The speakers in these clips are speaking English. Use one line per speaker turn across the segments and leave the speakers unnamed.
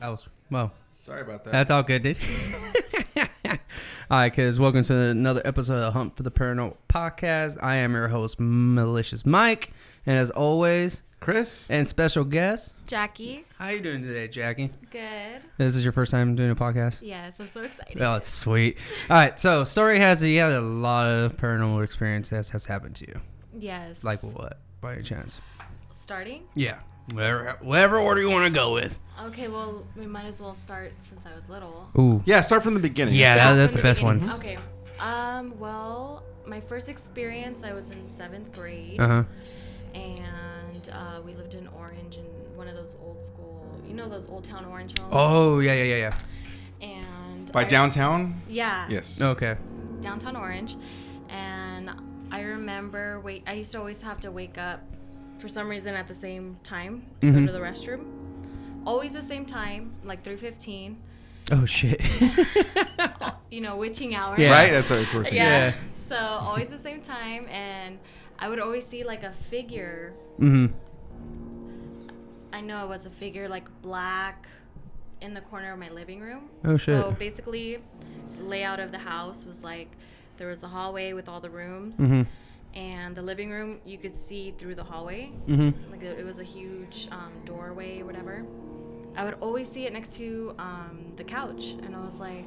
miles.
Well,
Sorry about that.
that's all good, dude. all right, kids. Welcome to another episode of Hunt for the Paranormal Podcast. I am your host, Malicious Mike, and as always,
Chris,
and special guest.
Jackie,
How you doing today, Jackie?
good.
This is your first time doing a podcast.
Yes, I'm so excited.
Oh, it's sweet. All right, so story has it, you had a lot of paranormal experience that has happened to you.
Yes.
Like what, by any chance?
starting?
Yeah, whatever, whatever order you want to go with.
Okay, well, we might as well start since I was little.
Ooh,
yeah, start from the beginning.
Yeah,
It's-
that-
Start
that's
from
the best
beginning.
ones.
Okay. Um, well, my first experience, I was in seventh grade,
uh huh.
and uh, we lived in Orange in one of those old school, you know, those old town Orange homes.
Oh yeah, yeah, yeah,
And
by
I-
downtown.
Yeah.
Yes.
yeah. Okay.
downtown Orange, and I remember wait. I used to always have to wake up for some reason at the same time to go to the restroom. Always the same time, like three fifteen.
Oh shit.
You know, witching hour.
Yeah.
Right. That's what it's worth. it.
Yeah.
Yeah.
So always the same time, and I would always see like a figure.
hmm
I know it was a figure like black in the corner of my living room.
Oh, shit.
So basically, the layout of the house was like there was the hallway with all the rooms,
Mm-hmm.
and the living room you could see through the hallway. Mm-hmm. Like it was a huge um, doorway, whatever. I would always see it next to um, the couch, and I was like,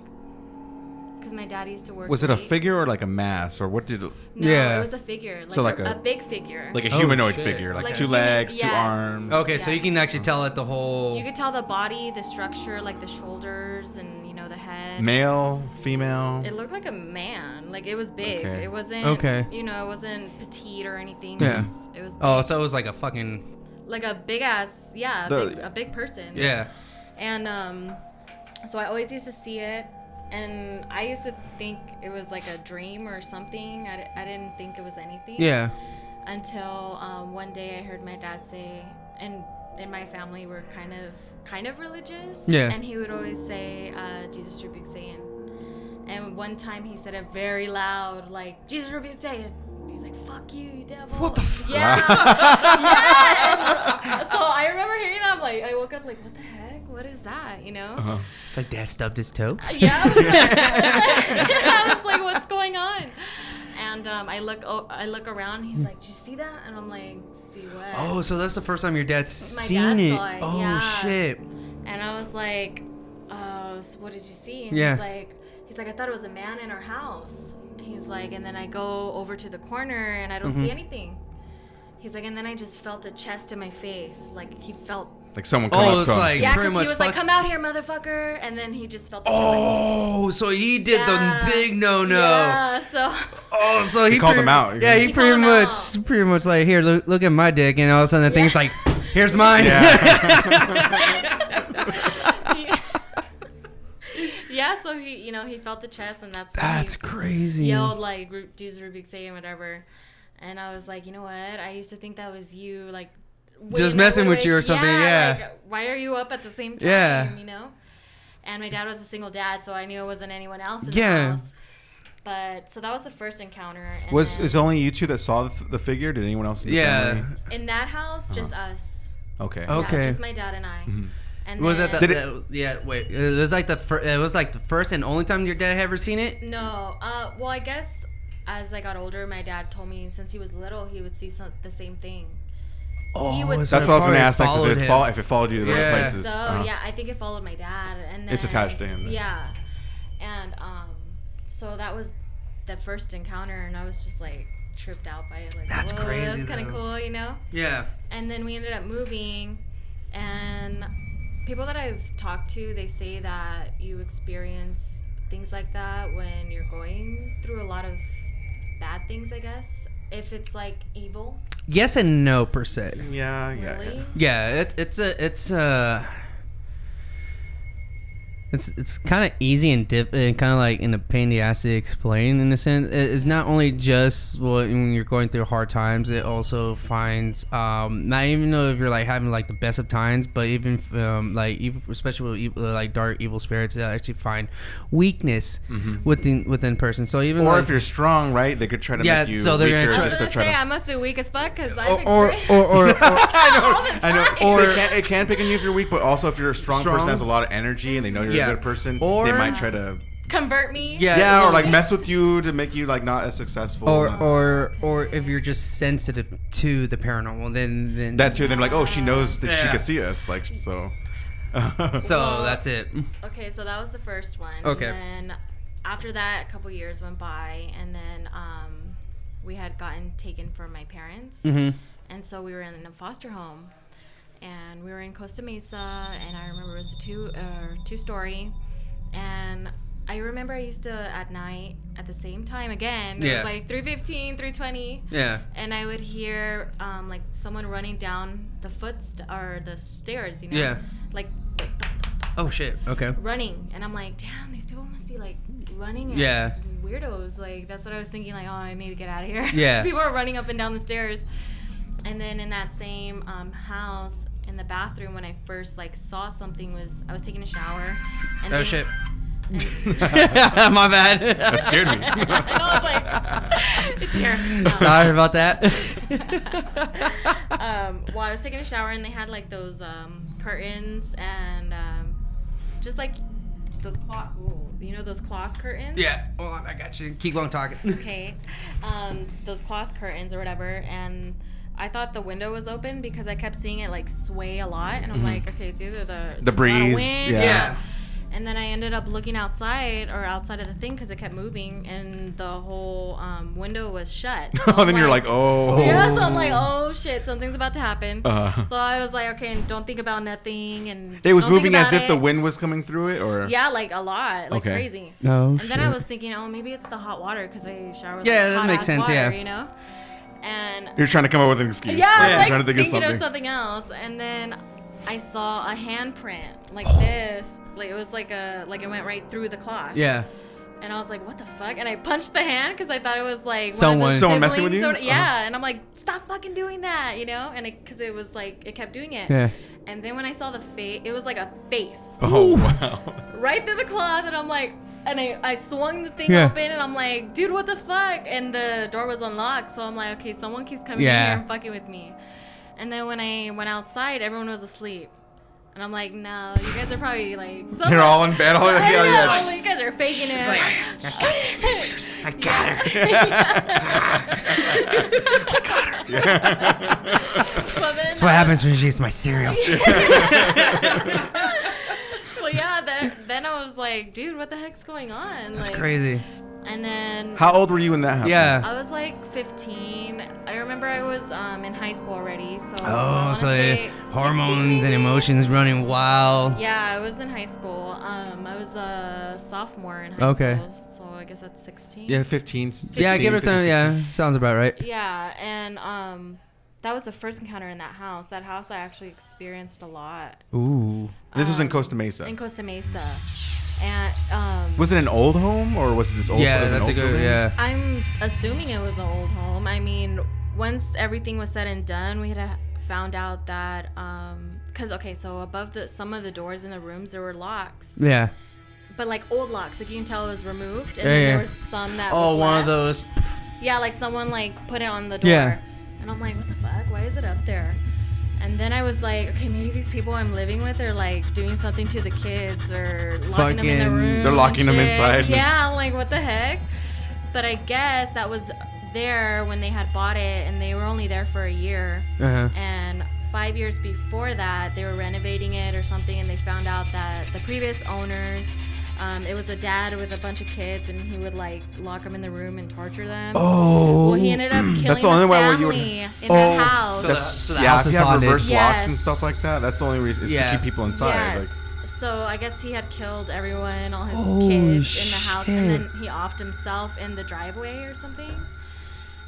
because my dad used to work.
Was it a
late.
figure or like a mass or what did? it
No,
Yeah.
it was a figure. Like
So
a,
like a-
a big figure.
Like a
Oh,
humanoid
shit.
figure, like,
Like
two
a human-
legs, two
yes.
arms.
Okay, so you
Yes.
can actually tell it the
You
whole.
could tell the body, the structure, like the shoulders and you know the head.
Male, female.
It looked like a man. Like it was big.
Okay.
It wasn't
Okay.
you know, it wasn't petite or anything.
Yeah.
It was, it was
Oh, so it was like a fucking
like a big ass, yeah, a,
The-
big, a big person.
yeah.
And um so I always used to see it and I used to think it was like a dream or something. I, di- I didn't think it was anything.
Yeah.
until um, one day I heard my dad say, and in my family we're kind of kind of religious,
Yeah.
and he would always say uh, Jesus rebuke Satan, and one time he said it very loud, like Jesus rebuke Satan. He's like, "Fuck you, you devil!" What the? F- yeah, yeah. So I remember hearing that. I'm like, I woke up like, what the heck? What is that? You know?
It's like dad stubbed his toe.
Yeah. I was like, what's going on? And um, I look, o I look around. He's like, "Do you see that?" And I'm like, "See what?"
Oh, so that's the first time your dad's
My
seen
dad
it.
saw it,
Oh
yeah.
shit.
And I was like, "Oh, so what did you see?" And
Yeah.
he's like, "He's like, I thought it was a man in our house." And he's like, and then I go over to the corner and I don't
Mm-hmm.
see anything. He's like, and then I just felt a chest in my face, like he felt.
Like someone come
Oh,
up
it's
to him.
like
Yeah,
pretty
because
much.
he was like,
fuck-
"Come out here, motherfucker!" And then he just felt. The chest, like-
oh, so he did
Yeah.
the big no no.
Yeah, so.
Oh, so he,
called
pretty-
him out.
Yeah, he,
He
pretty
called him
much,
out.
pretty much like, here, look, look at my dick, and all of a sudden the thing's
Yeah.
like, here's mine.
Yeah.
yeah, so he, you know, he felt the chest, and that's when he
That's crazy.
yelled like "Ru- "Jesus Rubik say and whatever, and I was like, you know what? I used to think that was you, like
Just
waving
messing with
away.
you or something, yeah.
like, why are you up at the same time?
Yeah.
you know. And my dad was a single dad, so I knew it wasn't anyone else in
Yeah.
the house. But so that was the first encounter. And
Was
then
is only you two that saw the, the figure? Did anyone else? In the
Yeah.
Family?
in that house just us?
Okay.
Oh.
Yeah,
Okay.
just my dad and I. And
Was that the,
then-
Did
the- yeah? Wait, it was like the fir- it was like the first and only time your dad had ever seen it.
No. Uh, well, I guess as I got older, my dad told me since he was little, he would see some, the same thing.
Oh,
would-
so
That's what I was
probably
going to ask next. If
followed
it
him.
follow, if it followed you to the
Yeah.
right places.
So
Uh-huh.
yeah, I think it followed my dad, and then,
It's attached to him then.
Yeah, and um, so that was the first encounter, and I was just like tripped out by it. Like
That's
whoa,
crazy,
That's kind
though.
of cool, you know.
Yeah.
And then we ended up moving, and people that I've talked to, they say that you experience things like that when you're going through a lot of bad things. I guess if it's like evil,
Yes and no per se.
Yeah. Yeah.
really.
yeah.
Yeah, it, it's a it's a uh, it's it's kind of easy and dip and kind of like in a pain in the ass to explain in a sense. It- It's not only just what, when you're going through hard times. It also finds um, not even though if you're like having like the best of times, but even um, like even especially with evil, like dark evil spirits, they actually find weakness within within person. So even
Mm-hmm. Or
like,
if you're strong, right? They could try to
Yeah,
make you
so they're gonna
weaker
try-
I was
just to
gonna
try
say I
to.
must be weak as fuck because I've
or or
experienced
or, or, or
all the time.
I know.
Or-
they can, it can pick on you if you're weak, but also if you're a strong,
Strong.
person that has a lot of energy and they know you're
Yeah.
a good person,
Or-
they might try to.
convert me.
Yeah.
Yeah, or like
or-
mess with you to make you like not as successful.
or or or if you're just sensitive to the paranormal, then then
that too. They're like, oh, she knows that she
Yeah.
could see us, like so.
So
Well-
that's it.
Okay, so that was the first one.
Okay.
And then after that, a couple years went by, and then um, we had gotten taken from my parents,
Mm-hmm.
Mm-hmm.
and so we were in a foster home, and we were in Costa Mesa, and I remember it was a two uh, two story, and. I remember I used to at night at the same time again. It
Yeah.
was like 315, 320.
Yeah.
and I would hear um, like someone running down the foot or the stairs, you know,
Yeah.
like
Oh shit. Okay.
running, and I'm like, damn, these people must be like running, and
Yeah.
weirdos. Like that's what I was thinking. Like, oh, I need to get out of here.
Yeah.
people are running up and down the stairs, and then in that same um, house in the bathroom when I first like saw something was I was taking a shower, and
Oh
they-
shit. My
That
bad.
scared
I know,
me.
I was like, it's here. No.
Sorry about that.
um, well, I was taking a shower and they had like those um, curtains and um, just like those cloth, ooh, you know, those cloth curtains.
yeah. Hold on. I got you. Keep on talking.
Okay. Um, those cloth curtains or whatever, and I thought the window was open because I kept seeing it like sway a lot, and I'm like, okay, it's either the
Mm-hmm. The
there's a lot of
breeze,
wind,
yeah.
Yeah.
and then I ended up looking outside or outside of the thing because it kept moving, and the whole um, window was shut. So
oh, then
I'm
you're like, oh.
yeah, so I'm like, oh shit, something's about to happen.
Uh-huh.
So I was like, okay, and don't think about nothing. And
It was
don't think
moving as
about
if the
it.
wind was coming through it, or
Yeah, like a lot, like
Okay.
crazy.
Oh,
And then I
shit.
was thinking, oh, maybe it's the hot water because I shower. With
Yeah,
like,
that
hot
makes
ass
sense,
Water,
yeah.
You know, and
you're trying to come up with an excuse.
yeah,
like,
I'm
you're
like,
trying to think of
thinking
something.
of something else, and then I saw a handprint like this. Like it was like a like it went right through the cloth.
Yeah.
And I was like, what the fuck? And I punched the hand because I thought it was like one of the
Someone.
Someone messing with
siblings
you?
or- yeah.
Uh-huh.
And I'm like, stop fucking doing that, you know? And it, because it was like, it kept doing it.
Yeah.
And then when I saw the face, it was like a face
Oh wow.
right through the cloth. And I'm like, and I, I swung the thing
Yeah.
open and I'm like, dude, what the fuck? And the door was unlocked. So I'm like, okay, someone keeps coming in
Yeah.
here and fucking with me. And then when I went outside, everyone was asleep. And I'm like, no, you guys are probably like,
They're all in bed. All like, oh,
I
yeah,
know,
yeah.
you guys are faking it.
I got her.
So then-
That's what happens when she eats my cereal.
So yeah, then, then I was like, dude, what the heck's going on?
That's
like,
crazy.
And then
How old were you when that happened?
Yeah.
I was like 15. I remember I was um, in high school already. So I
Oh,
wanna
so
say
hormones
16.
and emotions running wild.
Yeah, I was in high school. Um, I was a sophomore in high
Okay.
school. So I guess that's 16.
Yeah, 15. 16,
Yeah. Give her
15,
some.
16.
Yeah. Sounds about right.
Yeah, and um, that was the first encounter in that house. That house I actually experienced a lot
Ooh.
This was in Costa Mesa.
in Costa Mesa. And um,
was it an old home or was it this old?
Yeah.
was it an
That's a
old
good.
building?
Yeah.
I'm assuming it was an old home. I mean, once everything was said and done, we had uh, found out that um, cause okay, so above the some of the doors in the rooms there were locks,
Yeah.
but like old locks, like you can tell it was removed,
Yeah,
and then
yeah.
there was some that
Oh,
was
one of those.
left. Yeah, like someone like put it on the door.
Yeah.
And I'm like, what the fuck? Why is it up there? And then I was like, okay, maybe these people I'm living with are like doing something to the kids or locking them in their
Fucking-
room.
They're locking
and
them
shit.
inside.
Yeah, I'm like, what the heck? But I guess that was there when they had bought it and they were only there for a year.
Uh-huh.
Uh huh.
And five years before that, they were renovating it or something, and they found out that the previous owners, um, it was a dad with a bunch of kids, and he would like lock them in the room and torture them.
Oh.
Well, he ended up killing
That's the only
the
way where you would-
family in
Oh,
the house.
So
That's,
the- so the
yeah,
house
if
is
you have
haunted.
reverse locks and
Yes.
stuff like that, that's the only reason is
Yeah.
to keep people inside. Like,
Yes. so I guess he had killed everyone, all his
Holy
kids in the house, and
Oh, shit.
then he offed himself in the driveway or something. So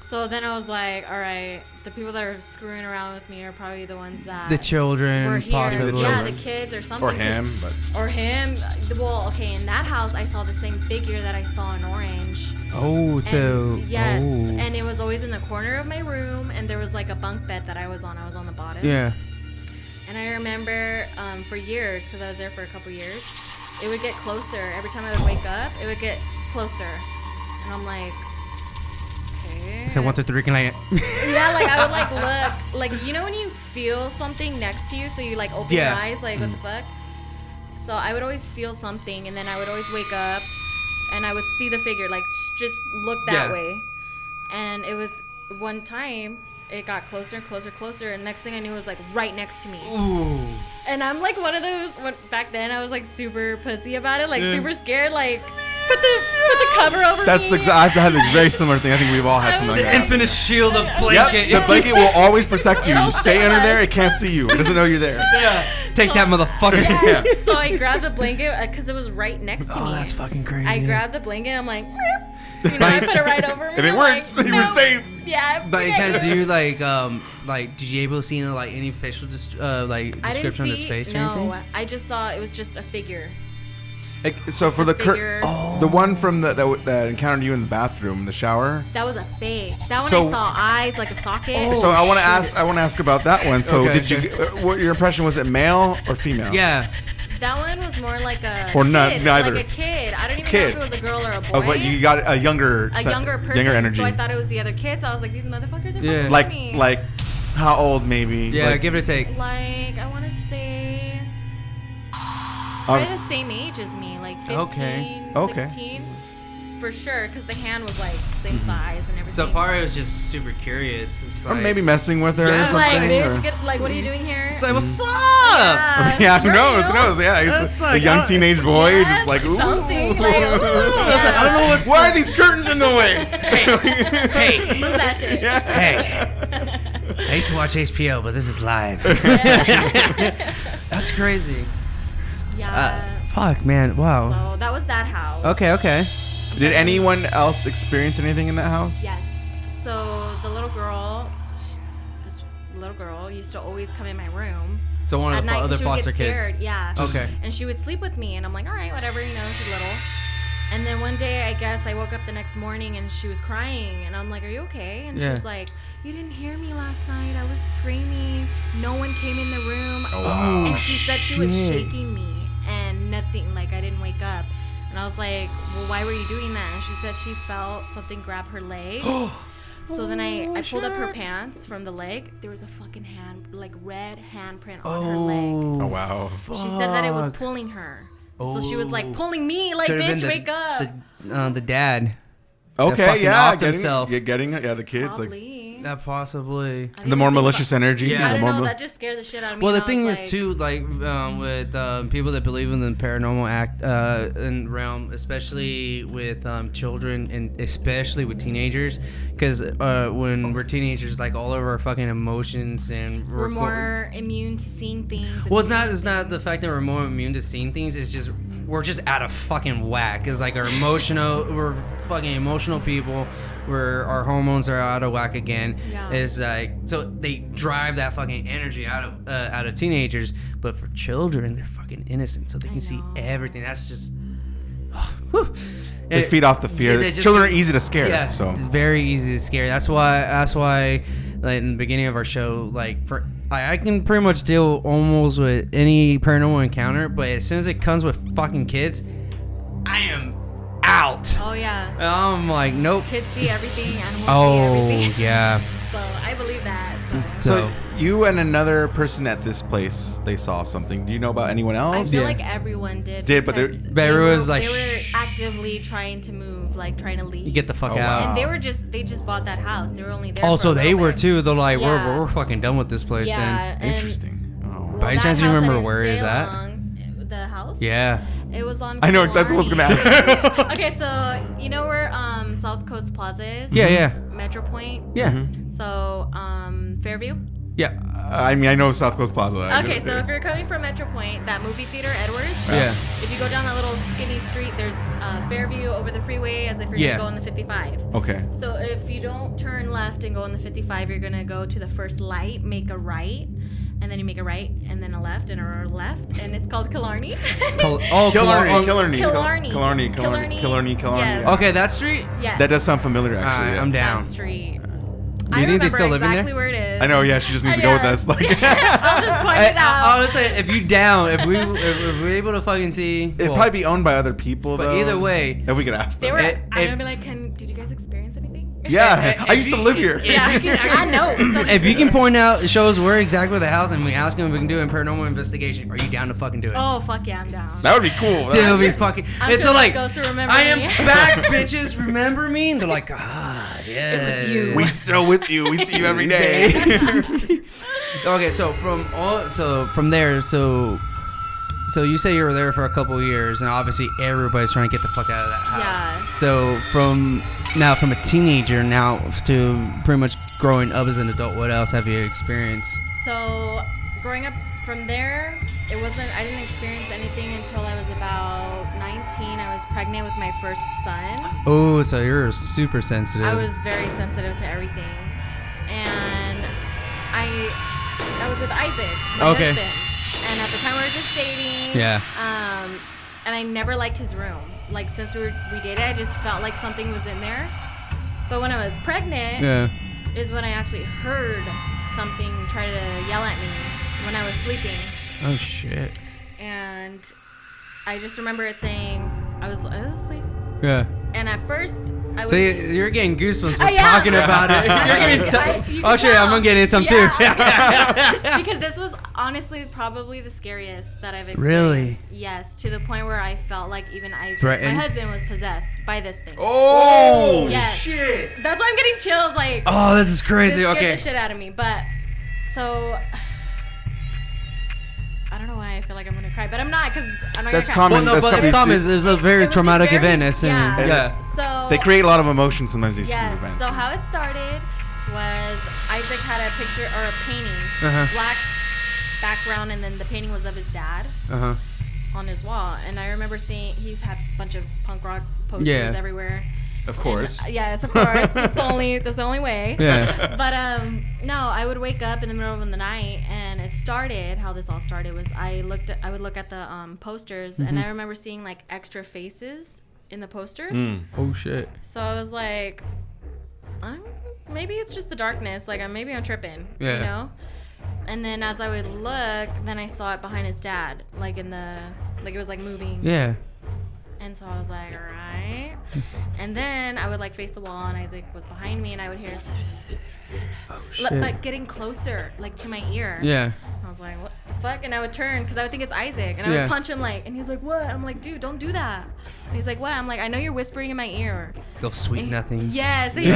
So then I was like, all right, the people that are screwing around with me are probably the ones that
The
were
children,
here.
possibly.
The
yeah,
children.
the kids or something.
Or him, but
Or him. Well, okay, in that house, I saw the same figure that I saw in Orange.
Oh, so
And- yes,
oh.
and it was always in the corner of my room, and there was like a bunk bed that I was on. I was on the bottom.
yeah,
And I remember um, for years, because I was there for a couple years, it would get closer. Every time I would wake up, it would get closer. And I'm like, okay.
so one, two, three, can I?
Yeah, like I would like look, like you know when you feel something next to you, so you like open
Yeah. Mm.
your eyes, like what the fuck. So I would always feel something, and then I would always wake up, and I would see the figure, like s- just look that
Yeah.
way. And it was one time, it got closer and closer, closer, and next thing I knew, it was like right next to me.
Ooh.
And I'm like one of those. When, back then, I was like super pussy about it, like
Yeah.
super scared, like put the put the cover over.
that's
me.
exactly. I've had a very similar thing. I think we've all had something like
The
that.
infinite shield of blanket.
Yep, the blanket will always protect you. You
It'll
stay under
save
there;
us.
it can't see you. It doesn't know you're there.
Yeah. Take that, motherfucker.
Yeah.
so I grabbed the blanket because it was right next to me.
Oh, that's fucking crazy.
I grabbed the blanket. I'm like, "Meep." you know, I put it right over me.
If it
I'm
works,
like,
you were
"No."
safe.
Yeah.
By any
yeah,
chance,
yeah.
you like um like did you able to see you know, like any facial dis- uh, like
I didn't
description
see.
of his face or
no,
anything?
I just saw it was just a figure.
Like, so for the
The
cur- oh.
figure.
the one from the that, w- that encountered you in the bathroom, the shower.
That was a face. That one
So- Oh,
I saw eyes like a socket.
so I want to ask. I want to ask about that one. So
Okay,
did you? uh, What your impression was? It male or female?
Yeah.
That one was more like a
Or
kid,
not- neither.
Like a kid. I don't even
Kid.
know if it was a girl or a boy.
Oh, but you got a younger,
a
se-
younger person.
younger energy.
So I thought it was the other kids. I was like, these motherfuckers are
Yeah.
fucking
like,
funny.
like, how old maybe?
Yeah.
Like,
give it a take.
like I want to say
um,
They're the same age as me, like 15,
Okay.
Okay.
16. For sure, because the hand was like same size and everything.
So Pari was just super curious. It's
or
like-
maybe messing with her
Yeah.
or
I'm like,
something.
bitch,
or-
get, like, what are you doing here?
It's like, what's up?
Uh,
yeah, who
you're
knows? Who
new?
knows? Yeah,
That's
he's a,
like,
young
uh,
teenage boy,
Yeah,
just like, ooh.
oh, something, like, ooh,
That's like, I don't know what.
Why are these curtains in the way?
Hey,
Move that shit.
hey. I used to watch HPO, but this is live. That's crazy.
Yeah.
Fuck, man. Wow.
so that was that house.
Uh, Okay, okay.
Did anyone else experience anything in that house?
Yes. So the little girl, sh- this little girl used to always come in my room.
So one of
At
the
night,
fo-
'cause
other
she would
foster
get
kids.
scared. Yeah.
Okay.
And she would sleep with me, and I'm like, all right, whatever, you know, she's little. And then one day, I guess I woke up the next morning and she was crying, and I'm like, are you okay? And she
Yeah.
was like, you didn't hear me last night. I was screaming. No one came in the room.
Oh,
wow.
and she said she was
shit.
shaking me and nothing. Like I didn't wake up. And I was like, well, why were you doing that? And she said she felt something grab her leg.
Oh,
So then I, I pulled up her pants from the leg. There was a fucking hand, like red handprint on her leg.
Oh, wow.
She said that it was
Fuck.
pulling her. So she was like
Oh.
pulling me, like
Could've been
bitch,
the-
wake up.
The, uh, the dad. fucking
Okay, yeah,
off
getting,
themselves.
yeah, getting, yeah, the kids, like,
Probably.
That possibly.
I
the more
didn't think
malicious
about-
energy.
Yeah.
Yeah,
I
the
don't
more
know.
mal-
That just scared the shit out of me.
Well, the
and I
thing
was
is
like- mm-hmm.
too, like um, with um, people that believe in the paranormal act uh, and realm, especially with um, children and especially with teenagers, because uh, when
Oh.
we're teenagers, like all of our fucking emotions and
We're
go-
more immune to seeing things. and
Well, it's
feeling
not. It's not the fact that we're more immune to seeing things. It's just we're just out of fucking whack. It's like our emotional. We're fucking emotional people. We're our hormones are out of whack again.
Yeah.
It's like so they drive that fucking energy out of uh, out of teenagers. But for children, they're fucking innocent, so they can see
know.
everything. That's just. whew.
they
It-
feed off the
yeah,
fear.
they just-
Children are easy to scare.
yeah,
so
it's very easy to scare. That's why. That's why. Like in the beginning of our show, like for I, I can pretty much deal almost with any paranormal encounter, but as soon as it comes with fucking kids, I am out.
Oh yeah.
I'm like, nope.
Kids see everything, animals
Oh
see everything.
yeah.
So I believe that. So.
So
So
you and another person at this place, they saw something. Do you know about anyone
I
else?
feel
Yeah.
like everyone did.
Did, but they're-
because
But everyone's
were,
like,
they were
"Shh."
actively trying to move, like trying to leave.
you get the fuck
Oh,
out.
wow.
and they were just they just bought that house. They were only there. for
Also,
a
they
little
were
bit.
too. They're like,
Yeah.
we're, we're fucking done with this place.
Yeah.
Then.
and-
Interesting. Oh.
well,
any
that
chance you
house, I
remember
didn't
where
stay
is that?
long. The house.
Yeah.
Mm-hmm.
It was on.
I know exactly what's gonna
Killarney.
happen.
okay, so you know where um South Coast Plaza is?
Yeah. Yeah.
Metro Point.
Yeah.
Mm-hmm.
So um Fairview.
Yeah.
I mean, I know South Coast Plaza. I
Okay,
do-
so if you're coming from Metro Point, that movie theater, Edwards.
Yeah.
If you go down that little skate City Street, there's uh, Fairview over the freeway as if you're
Yeah. Oh.
going to go on the 55.
Okay.
So if you don't turn left and go on the 55, you're gonna go to the first light, make a right, and then you make a right, and then a left, and a left, and it's called Killarney.
Col- oh,
Killarney,
Killarney.
Killarney, Kil- Killarney,
Killarney.
Killarney,
Killarney.
Killarney, Killarney.
Yes.
yeah.
Okay, that street.
yes.
That does sound familiar,
All right,
actually.
I'm
yeah.
down.
down.
street.
Do you
I
think they
remember
still live in
exactly
there?
where it is.
I know. Yeah, she just needs to go with
Yeah.
us. Like,
I'll just point
I,
it out.
I, honestly, if you down, if we if, if we're able to fucking see,
it'd
well,
probably be owned by other people.
But
though.
either way-
if we could ask them.
they were.
It-
I
if-
would be like, "Can did you guys experience anything?"
yeah,
if
I used
you-
to live here.
yeah.
If you can actually-
I know. So
If you can point out, show us where exactly the house, and we ask him if we can do a paranormal investigation. Are you down to fucking do it?
Oh fuck yeah, I'm down.
That would be cool.
Dude, it'll
That's-
be
sure-
fucking.
I'm
if
sure
they're
the
like,
ghosts will remember
I am
me."
back, bitches. Remember me? And they're like, ah, yeah.
was you.
we still with you. We see you every day.
Okay, so from all, so from there, so, so you say you were there for a couple years, and obviously everybody's trying to get the fuck out of that house.
Yeah.
So from now, from a teenager now to pretty much growing up as an adult, what else have you experienced?
So growing up from there, it wasn't. I didn't experience anything until I was about 19. I was pregnant with my first son.
Oh, so you're super sensitive.
I was very sensitive to everything, and I I was with Isaac, my
Okay.
husband, and at the time we were just dating.
Yeah.
Um, and I never liked his room. Like since we were we dated, I just felt like something was in there. But when I was pregnant,
Yeah.
is when I actually heard something try to yell at me when I was sleeping,
Oh shit.
and I just remember it saying, "I was I was asleep,"
Yeah.
and at first I was.
So you- you're getting goosebumps
I
from
am.
talking about it. You're
I-
getting
you
t-
can
oh shit,
tell.
I'm gonna get in some
Yeah,
too.
because this was honestly probably the scariest that I've experienced.
Really?
Yes, to the point where I felt like even Isaac,
Threatened?
my husband, was possessed by this thing.
Oh,
Yes.
shit.
That's why I'm getting chills. Like,
Oh, this is
this
crazy.
scared
Okay.
the shit out of me. But so. I don't know why I feel like I'm gonna cry, but I'm not because I'm not
That's
gonna cry.
common.
Well, no,
That's
but
something-
it's common. It's, it's a very
It was
traumatic
just very-
event. It's in,
yeah.
yeah.
So
They create a lot of emotion sometimes, these,
Yes.
these events.
So how it started was Isaac had a picture or a painting,
Uh-huh.
black background, and then the painting was of his dad
Uh-huh.
Uh huh.
on his wall. And I remember seeing he's had a bunch of punk rock posters
Yeah.
everywhere.
of course.
And, uh, yes, of course. it's only that's the only way.
Yeah.
But um, no, I would wake up in the middle of the night, and it started. How this all started was I looked. At, I would look at the um, posters, and
Mm-hmm.
I remember seeing like extra faces in the posters.
oh shit.
So I was like, I'm, maybe it's just the darkness. Like, I'm, maybe I'm tripping.
Yeah.
You know? And then as I would look, then I saw it behind his dad, like in the, like it was like moving.
Yeah.
And so I was like, all right. And then I would like face the wall, and Isaac was behind me, and I would hear,
Oh
li-
shit.
like getting closer, like to my ear.
yeah.
I was like, what the fuck? And I would turn because I would think it's Isaac, and I
Yeah.
would punch him like, and he's like, what? I'm like, dude, don't do that. And he's like, what? I'm like, I know you're whispering in my ear.
They'll sweet nothing.
Yes. they-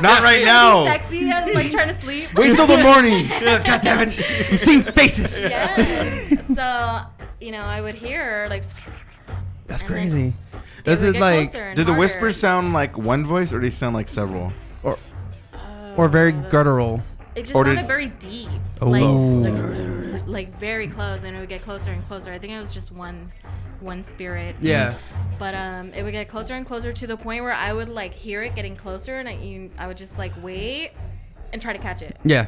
Not right now.
sexy and like trying to sleep.
Wait till the morning.
God damn it. I'm seeing faces.
Yes. So you know, I would hear like.
That's
And then
crazy.
they
Does
would
it
get
like
closer and
Do the
harder.
whispers sound like one voice or do they sound like several?
or or very
that's-
guttural?
It just
Or did-
sounded very deep.
Oh.
Like, like, like very close, and it would get closer and closer. I think it was just one, one spirit.
Yeah.
But um, it would get closer and closer to the point where I would like hear it getting closer, and I, you, I would just like wait and try to catch it.
Yeah.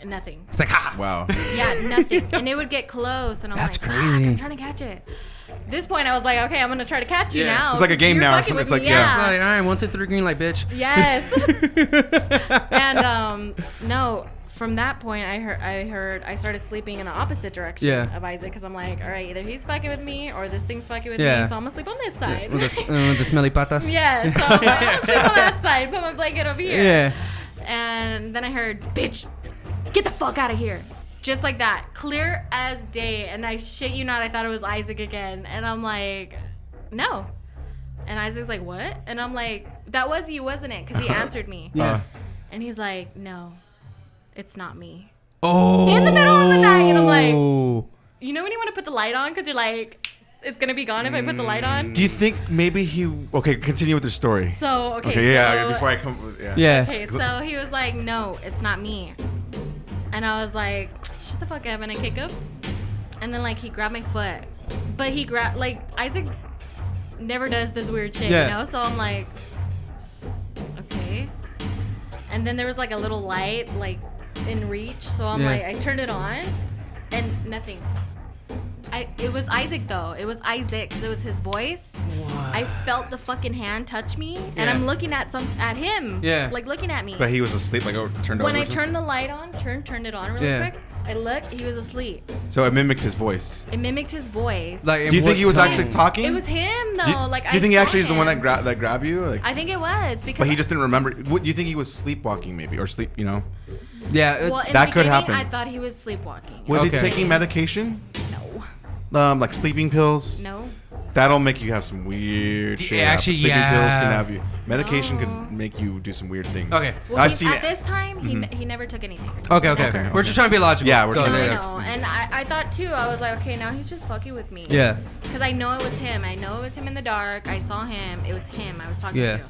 And nothing.
It's like ha.
Wow.
Yeah, nothing. and it would get close, and I'm
That's
like, "Fuck,
crazy.
I'm trying to catch it. At this point, I was like, okay, I'm gonna try to catch you
Yeah.
now.
It's like a game
You're
now.
fucking
It's
with
like-
me."
yeah.
It's like all right, one, two, three, green light, bitch.
Yes. and um, no, from that point, I heard, I heard, I started sleeping in the opposite direction
Yeah.
of Isaac because I'm like, all right, either he's fucking with me or this thing's fucking with
Yeah.
me, so I'm gonna sleep on this side.
With the, uh, with the smelly patas.
yeah, so I'm, like, I'm gonna sleep on that side. Put my blanket over here.
Yeah.
And then I heard, bitch, get the fuck out of here. Just like that, clear as day. And I shit you not, I thought it was Isaac again. And I'm like, no. And Isaac's like, what? And I'm like, that was you, wasn't it? Because he answered me.
Yeah.
Uh,
And he's like, no, it's not me.
oh.
In the middle of the night, and I'm like,
Oh.
you know when you want to put the light on because you're like, it's gonna be gone if I put the light on.
Do you think maybe he. Okay, continue with the story.
So okay,
okay, yeah,
so-
yeah, before I come. Yeah.
Yeah.
Okay, so he was like, "No, it's not me," and I was like, "Shut the fuck up!" and I kick him, and then like he grabbed my foot, but he grabbed like Isaac never does this weird shit,
Yeah.
you know? So I'm like, okay. And then there was like a little light, like in reach. So I'm
Yeah.
like, I turned it on and nothing. I, it was Isaac though. It was Isaac because it was his voice. I felt the fucking hand touch me, and
Yeah.
I'm looking at some at him.
Yeah.
like looking at me.
But he was asleep, like oh, turned over.
when I
or something?
turned the light on, turned turned it on really
Yeah.
quick. I looked. He was asleep.
so it mimicked his voice.
It mimicked his voice.
Like,
Do you think he was actually talking?
It was him though.
Do you,
like,
do
I
you think he
saw
actually is the one
him.
that grabbed that grabbed you? Like,
I think it was because.
but he just didn't remember. What do you think he was sleepwalking maybe or sleep? You know,
Yeah.
Well, in
That
the
could
beginning,
happen.
I thought he was sleepwalking. Oh,
was
Okay.
he taking medication?
no,
Um, like sleeping pills.
no.
That'll make you have some weird
D-
shit. happen.
actually,
sleeping pills can
yeah.
have you. Medication
No.
could make you do some weird things.
Okay.
Oh. Well,
I've
he-
seen it.
at
Mm-hmm. Oh,
this time he, ne- he never took anything.
okay, okay,
Okay,
We're
okay.
just trying to be logical.
Yeah, we're
Go
trying
I
to-
ahead.
that's-
know, and I, I thought too. I was like, okay, now he's just fucking with me.
Yeah.
Because I know it was him. I know it was him in the dark. I saw him. It was him I was talking
Yeah.
to.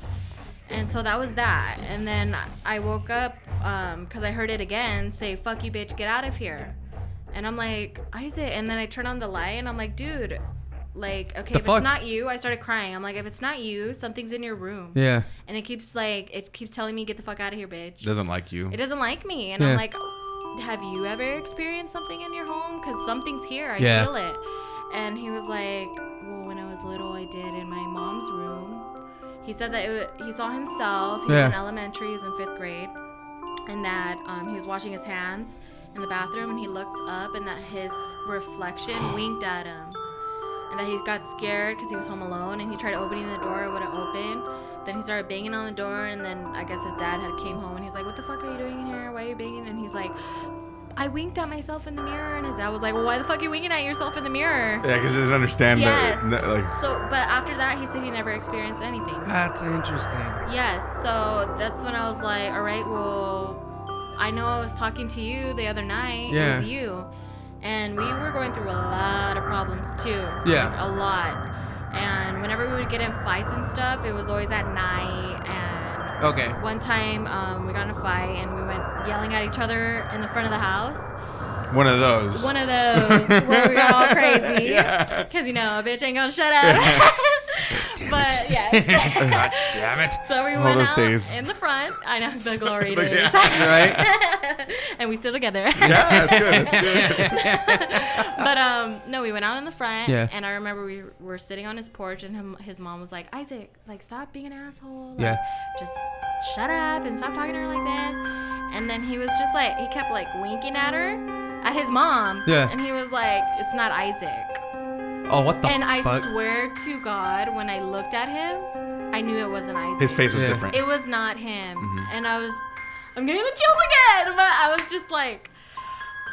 And so that was that. And then I woke up because I heard it again say, fuck you, bitch, get out of here. And I'm like, Isaac. And then I turn on the light and I'm like, dude, like, okay,
The
if
fuck?
it's not you, I started crying. I'm like, if it's not you, something's in your room.
Yeah.
And it keeps like, it keeps telling me, get the fuck out of here, bitch
Doesn't like you.
it doesn't like me and
Yeah.
i'm like have you ever experienced something in your home because something's here i
Yeah.
feel it and he was like well when i was little i did in my mom's room he said that it wa he saw himself he
Yeah.
was in elementary he was in fifth grade and that um, he was washing his hands in the bathroom and he looked up and that his reflection winked at him and that he got scared because he was home alone and he tried opening the door it wouldn't open then he started banging on the door and then i guess his dad had came home and he's like what the fuck are you doing in here why are you banging and he's like i winked at myself in the mirror and his dad was like well why the fuck are you winking at yourself in the mirror
yeah, because it doesn't understand
yes
that. that, Like,
so but after that he said he never experienced anything
That's interesting.
Yes, so that's when I was like, all right, well, I know I was talking to you the other night.
Yeah.
It was you. And we were going through a lot of problems too.
Yeah.
Like, a lot. And whenever we would get in fights and stuff, it was always at night. And
Okay.
one time um, we got in a fight and we went yelling at each other in the front of the house.
one of those.
One of those where we were all crazy.
Yeah.
Because, you know, a bitch ain't going to shut up. but, yes.
God damn it.
So we
All
went
those
out
days.
in the front. I know the glory
Like,
days,
yeah.
Right?
and we still together.
yeah, that's good. That's good.
but um, no, we went out in the front.
Yeah.
And I remember we were sitting on his porch, and him, his mom was like, "Isaac, like stop being an asshole. Like,
Yeah.
Just shut up and stop talking to her like this." And then he was just like, he kept like winking at her, at his mom.
Yeah.
And he was like, "It's not Isaac."
Oh, what the
and I
fuck?
swear to God, when I looked at him, I knew it wasn't Isaac.
His face was
Yeah.
different.
It was not him.
Mm-hmm.
And I was, I'm getting the chills again. But I was just like,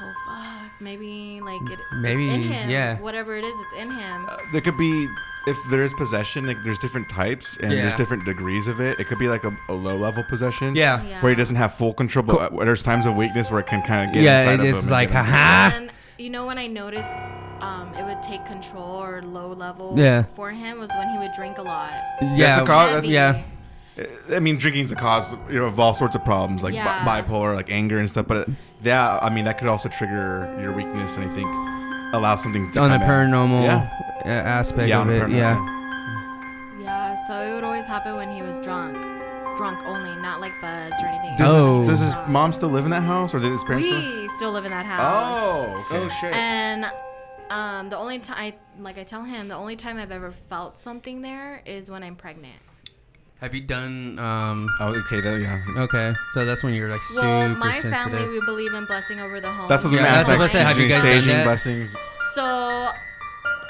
oh fuck, maybe like it,
Maybe,
it's in him.
yeah.
Whatever it is, it's in him.
there could be if there is possession like there's different types and
Yeah.
there's different degrees of it it could be like a, a low level possession
Yeah.
Yeah.
where he doesn't have full control but there's times of weakness where it can kind of get
Yeah,
inside
it
of
is
him and
like,
get him.
haha.
And you know when I noticed um, it would take control or low level
Yeah.
for him was when he would drink a lot.
That's
Yeah.
a cause. That's,
yeah.
I mean, drinking's a cause you know, of all sorts of problems, like bi-
Yeah.
bipolar, like anger and stuff. But that, I mean, that could also trigger your weakness, and I think allow something to
On the
come out.
paranormal
Yeah.
uh, aspect
Yeah,
of
on a
it.
paranormal.
Yeah.
Yeah, so it would always happen when he was drunk. Drunk only, not like buzzed or anything.
Does,
Oh.
his, does his mom still live in that house, or did his parents? Still?
we still live in that house.
Oh, okay.
And um, the only time, like I tell him, the only time I've ever felt something there is when I'm pregnant.
Have you done. um
Oh, okay. That, yeah.
Okay. So that's when you're like super
well, my
sensitive.
family, we believe in blessing over the home.
That's what I was
Yeah,
gonna
that's
ask.
what I
Like,
said. Have you
usually
guys done
saging
that?
blessings.
so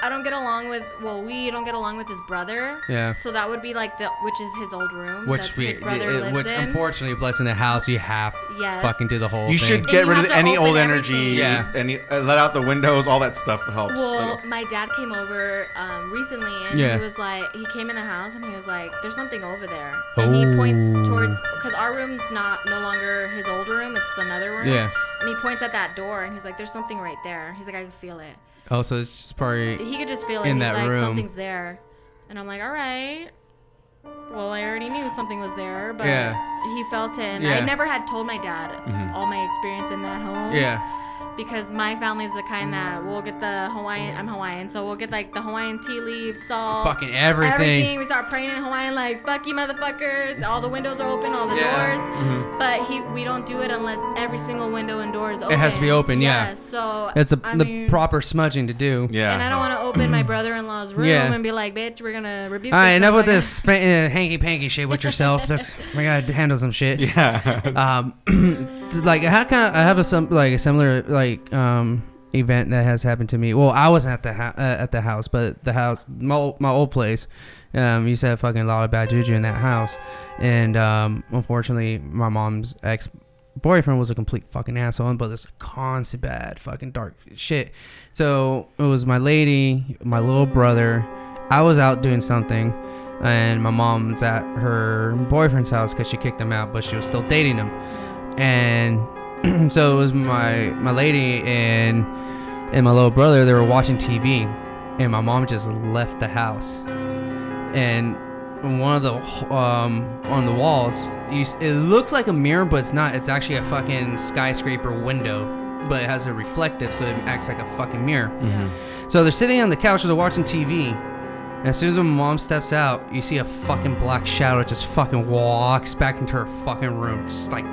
I don't get along with, well, we don't get along with his brother.
Yeah.
So that would be like the, which is his old room.
which
that's
we,
his brother
it-
lives
which
in.
unfortunately, blessing the house, you have
Yes.
fucking do the whole.
You
thing.
should
you
get rid
have
of
to
any
open
old
everything.
energy.
Yeah.
Any uh, let out the windows. All that stuff helps.
Well, my dad came over um, recently, and
Yeah.
he was like, he came in the house, and he was like, "There's something over there," and he points
Oh.
towards because our room's not no longer his old room; it's another room.
Yeah.
And he points at that door, and he's like, "There's something right there." He's like, "I can feel it."
Oh, so it's just probably.
He could just feel it.
In
he's
that
like,
room.
Something's there, and I'm like, "All right." Well, I already knew something was there, but
Yeah.
he felt it. And
Yeah. Mm-hmm.
I never had told my dad all my experience in that home.
Yeah.
because my family's the kind
Mm.
that we'll get the Hawaiian. I'm Hawaiian, so we'll get like the Hawaiian tea leaves, salt,
Fucking everything.
We start praying in Hawaiian, like "fuck you, motherfuckers." All the windows are open, all the
Yeah. Mm-hmm.
doors. But he, we don't do it unless every single window and door is open.
has to be open, yeah.
So
That's the
I
the
mean,
proper smudging to do.
Yeah.
And I don't want to open my brother-in-law's room
Yeah.
and be like, "Bitch, we're gonna rebuke."
All right,
this
enough with
motherfucker."
this spa- uh, hanky panky shit with yourself. That's we gotta handle some shit.
Yeah.
Um, like I had kind of, I have a some like a similar like um event that has happened to me. Well, I wasn't at the ho- uh, at the house, but the house my old, my old place. Um, used to have fucking a lot of bad juju in that house, and um, unfortunately, my mom's ex boyfriend was a complete fucking asshole and but this constant bad fucking dark shit. So it was my lady, my little brother. I was out doing something, and my mom's at her boyfriend's house because she kicked him out, but she was still dating him. And so it was my my lady and and my little brother. They were watching TV, and my mom just left the house. And one of the um on the walls, you, s- it looks like a mirror, but it's not. It's actually a fucking skyscraper window, but it has a reflective, so it acts like a fucking mirror. So they're sitting on the couch, they're watching TV. And as soon as my mom steps out, you see a fucking black shadow just fucking walks back into her fucking room, just like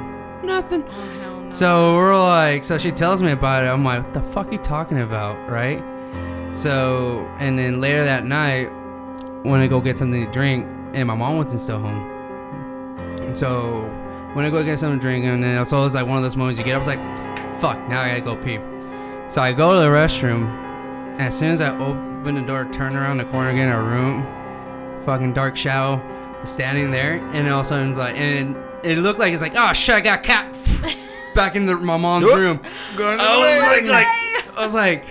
nothing.
Oh, hell no.
So we're like, so she tells me about it. I'm like, what the fuck are you talking about, right? So, and then later that night, when I go get something to drink, and my mom wasn't still home. And so, when I go get something to drink, and then it's always like one of those moments you get, I was like, fuck, now I gotta go pee. So I go to the restroom, and as soon as I open the door, turn around the corner, get in our room, fucking dark shadow was standing there, and all of a sudden it's like, and it looked like it's like, oh shit, I got cat back in the, my mom's room.
Going
I was Oh, like,
away.
like- I was like,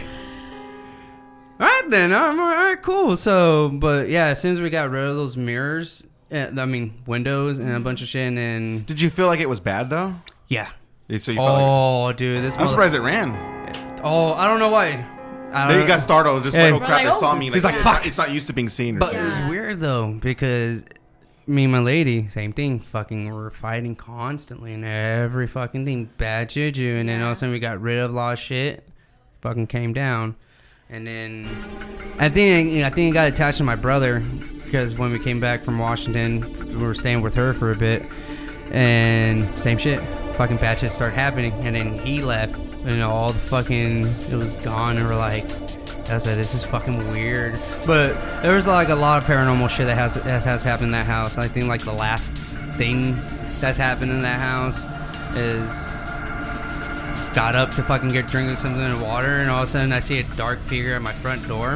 all right then, I'm all right, cool. So, but yeah, as soon as we got rid of those mirrors, uh, I mean windows and a bunch of shit, and then
Did you feel like it was bad though?
yeah.
So you felt like
Oh, dude, this.
I'm
mother-
surprised it ran.
Oh, I don't know why. I
Maybe
don't
you got startled, just
Uh, Hey.
like oh crap,
We're
they
like,
saw
oh.
me.
He's like,
it's
fuck.
not- It's not used to being seen. Or
But it
something.
was
Yeah.
weird though because me and my lady, same thing. Fucking, we're fighting constantly and every fucking thing, bad juju, and then all of a sudden we got rid of a lot of shit. Fucking came down, and then I think I think it got attached to my brother because when we came back from Washington, we were staying with her for a bit, and same shit. Fucking bad shit started happening, and then he left, and all the fucking it was gone, and we're like. I said, this is fucking weird. But there was like a lot of paranormal shit that has that has happened in that house. I think like the last thing that's happened in that house is got up to fucking get drinking something in water, and all of a sudden I see a dark figure at my front door,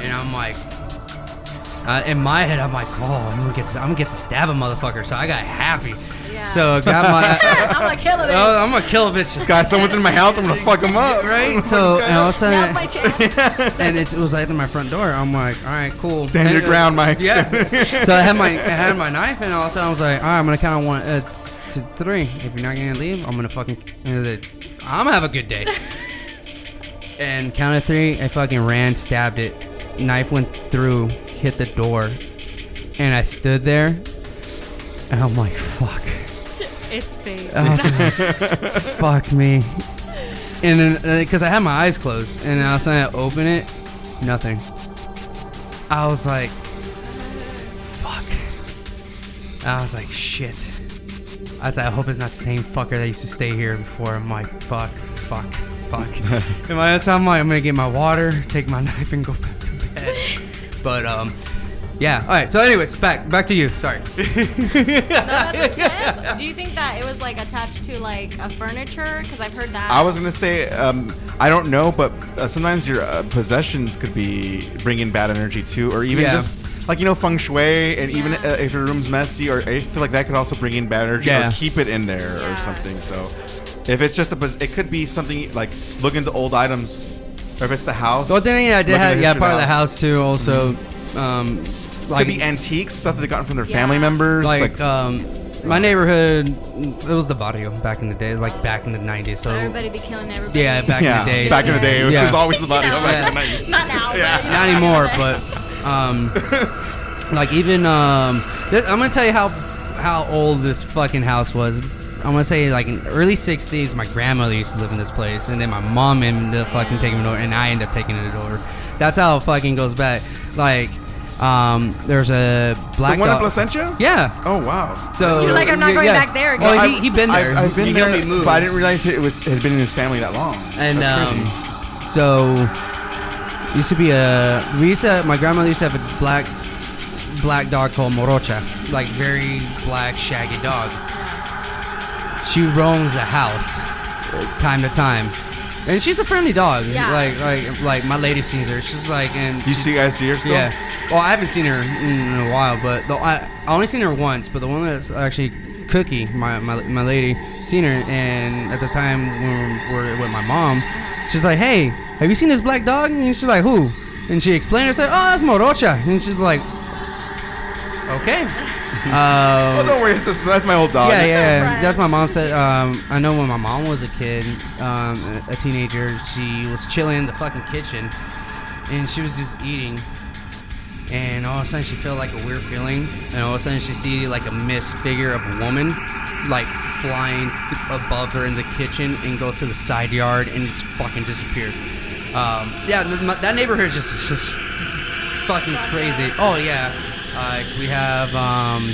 and I'm like. Uh, in my head, I'm like, oh, I'm gonna get, I'm gonna get to stab a motherfucker. So I got happy.
Yeah.
So I got my,
I'm gonna kill it.
oh, I'm gonna kill a bitch.
Guys, someone's in my house. I'm gonna fuck them up,
Right?
Fuck
So uh,
this guy
and all of
up.
a sudden,
Now's my chance.
and it's, it was like at my front door. I'm like, all right, cool.
stand your
And-
ground, Mike.
Yeah. so I had my I had my knife, and all of a sudden I was like, all right, I'm gonna count one, uh, t- to three. If you're not gonna leave, I'm gonna fucking. And I was like, I'm gonna have a good day. and counted three. I fucking ran, stabbed it. Knife went through, hit the door, and I stood there, and I'm like, fuck.
it's fate.
I was like, fuck me. And then, because I had my eyes closed, and then all of a sudden I open it, nothing. I was like, fuck. I was like, shit. I was like, I hope it's not the same fucker that used to stay here before. I'm like, fuck, fuck, fuck. and by the time I'm like, I'm gonna get my water, take my knife, and go back to bed. But um, yeah. All right. So, anyways, back back to you. Sorry.
That's intense. Do you think that it was like attached to like a furniture? Because I've heard that.
I was gonna say, um, I don't know, but uh, sometimes your uh, possessions could be bringing bad energy too, or even
Yeah.
just like you know feng shui, and even
Yeah.
uh, if your room's messy, or I feel like that could also bring in bad energy,
Yeah.
or keep it in there or
Yeah.
something. So, if it's just a, pos- it could be something like look into old items, or if it's the house.
Well, then yeah, I did
look at
have
the
yeah
history
part of the house too. Also, um, like
Could be antiques, stuff that they gotten from their family
Yeah.
members.
like,
Like,
um, my neighborhood. It was the barrio back in the day, like back in the '90s. So
everybody be killing everybody.
yeah, back
yeah,
in the day.
back in the day, it
Yeah.
was always the body.
You know,
back in the
yeah.
90s.
Not now.
Yeah.
But,
not anymore, but um, like even um, this, I'm gonna tell you how how old this fucking house was. I'm gonna say like in early '60s, my grandmother used to live in this place, and then my mom ended up fucking taking it over, and I ended up taking it over. That's how it fucking goes back. Like, um, there's a
The
black.
one in
dog-
Placentia?
Yeah.
Oh wow.
So
You're like, "I'm not going back there again."
Well,
I've-
he he been there.
I've, I've been
he
there,
Only moved.
but I didn't realize it was had been in his family that long.
And
That's
um,
crazy.
so used to be a we used to my grandmother used to have a black black dog called Morocha, like very black shaggy dog. She roams the house time to time. And she's a friendly dog.
Yeah.
Like like like my lady sees her. She's like and
You see, guys, see her still?
yeah. Well, I haven't seen her in, in a while, but the, I, I only seen her once. But the one that's actually Cookie, my, my, my lady, seen her, and at the time when we were with my mom, she's like, "Hey, have you seen this black dog?" And she's like, "Who?" And she explained herself. "Oh, that's Morocha." And she's like, "Okay." um,
Oh, don't worry, it's just, that's my old dog.
yeah, yeah, yeah.
friend.
That's my mom said. Um, I know when my mom was a kid, um, a teenager, she was chilling in the fucking kitchen, and she was just eating, and all of a sudden she felt like a weird feeling, and all of a sudden she see like a missed figure of a woman, like flying th- above her in the kitchen, and goes to the side yard and just fucking disappeared. Um, yeah, th- my- that neighborhood is just is just fucking crazy. Oh yeah, uh, we have um,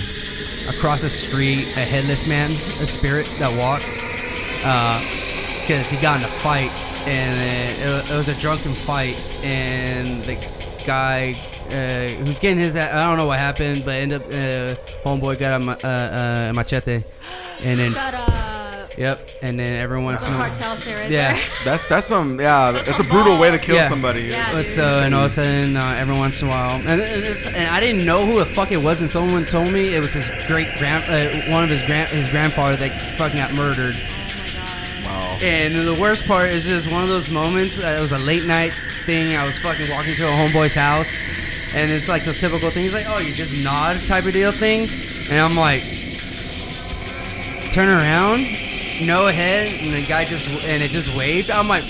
across the street a headless man, a spirit that walks, because he got in a fight and it, it, was a drunken fight and the guy uh, who's getting his I don't know what happened, but end up uh, homeboy got a, ma- uh, uh, machete and then
Shut up.
yep, and then everyone's
Some uh, cartel shit right
Mm. yeah.
there. Oh
That's that's some yeah. That's a brutal way to kill
Yeah.
somebody.
Yeah.
But so, and all of a sudden, uh, every once in a while, and, it- it's, and I didn't know who the fuck it was, and someone told me it was his great grand, uh, one of his grand, his grandfather that fucking got murdered.
Wow.
And the worst part is just one of those moments. Uh, it was a late night thing. I was fucking walking to a homeboy's house, and it's like those typical things, like oh, you just nod type of deal thing, and I'm like, turn around, no head, and the guy just and it just waved. I'm like,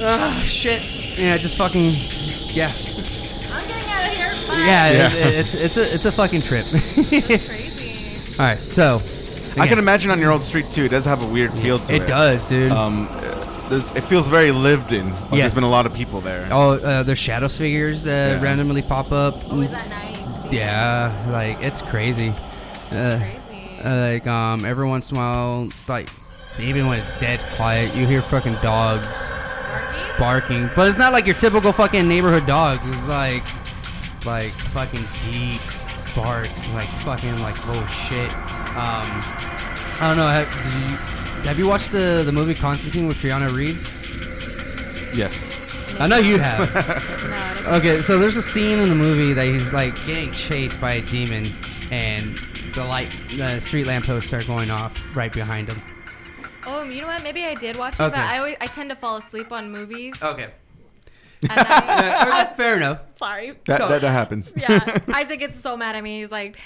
ah, shit, and I just fucking, yeah,
I'm getting out of here. Bye.
yeah,
Yeah.
it- it's it's a it's a fucking trip.
That's crazy.
All right, so
I can imagine on your old street too. It does have a weird feel to it.
it does, dude.
Um, uh, there's, it feels very lived in. Like
Yeah.
There's been a lot of people there.
oh, uh, there's shadows figures that
Yeah.
randomly pop up.
Always at night.
Yeah, like it's crazy. Uh,
Crazy.
uh, like um, every once in a while, like even when it's dead quiet, you hear fucking dogs
Barking?
barking, but it's not like your typical fucking neighborhood dogs. It's like like fucking deep barks, like fucking like oh shit. Um, I don't know. Have, did you, have you watched the the movie Constantine with Keanu Reeves?
Yes.
I know you have.
No, I don't-
Okay, so there's a scene in the movie that he's like getting chased by a demon, and the light, the street lampposts are going off right behind him.
oh, you know what? Maybe I did watch it,
Okay. Oh.
but I always I tend to fall asleep on movies.
Okay,
At night.
fair enough.
Sorry.
That,
So-
that, that happens.
Yeah. Isaac gets so mad at me. He's like,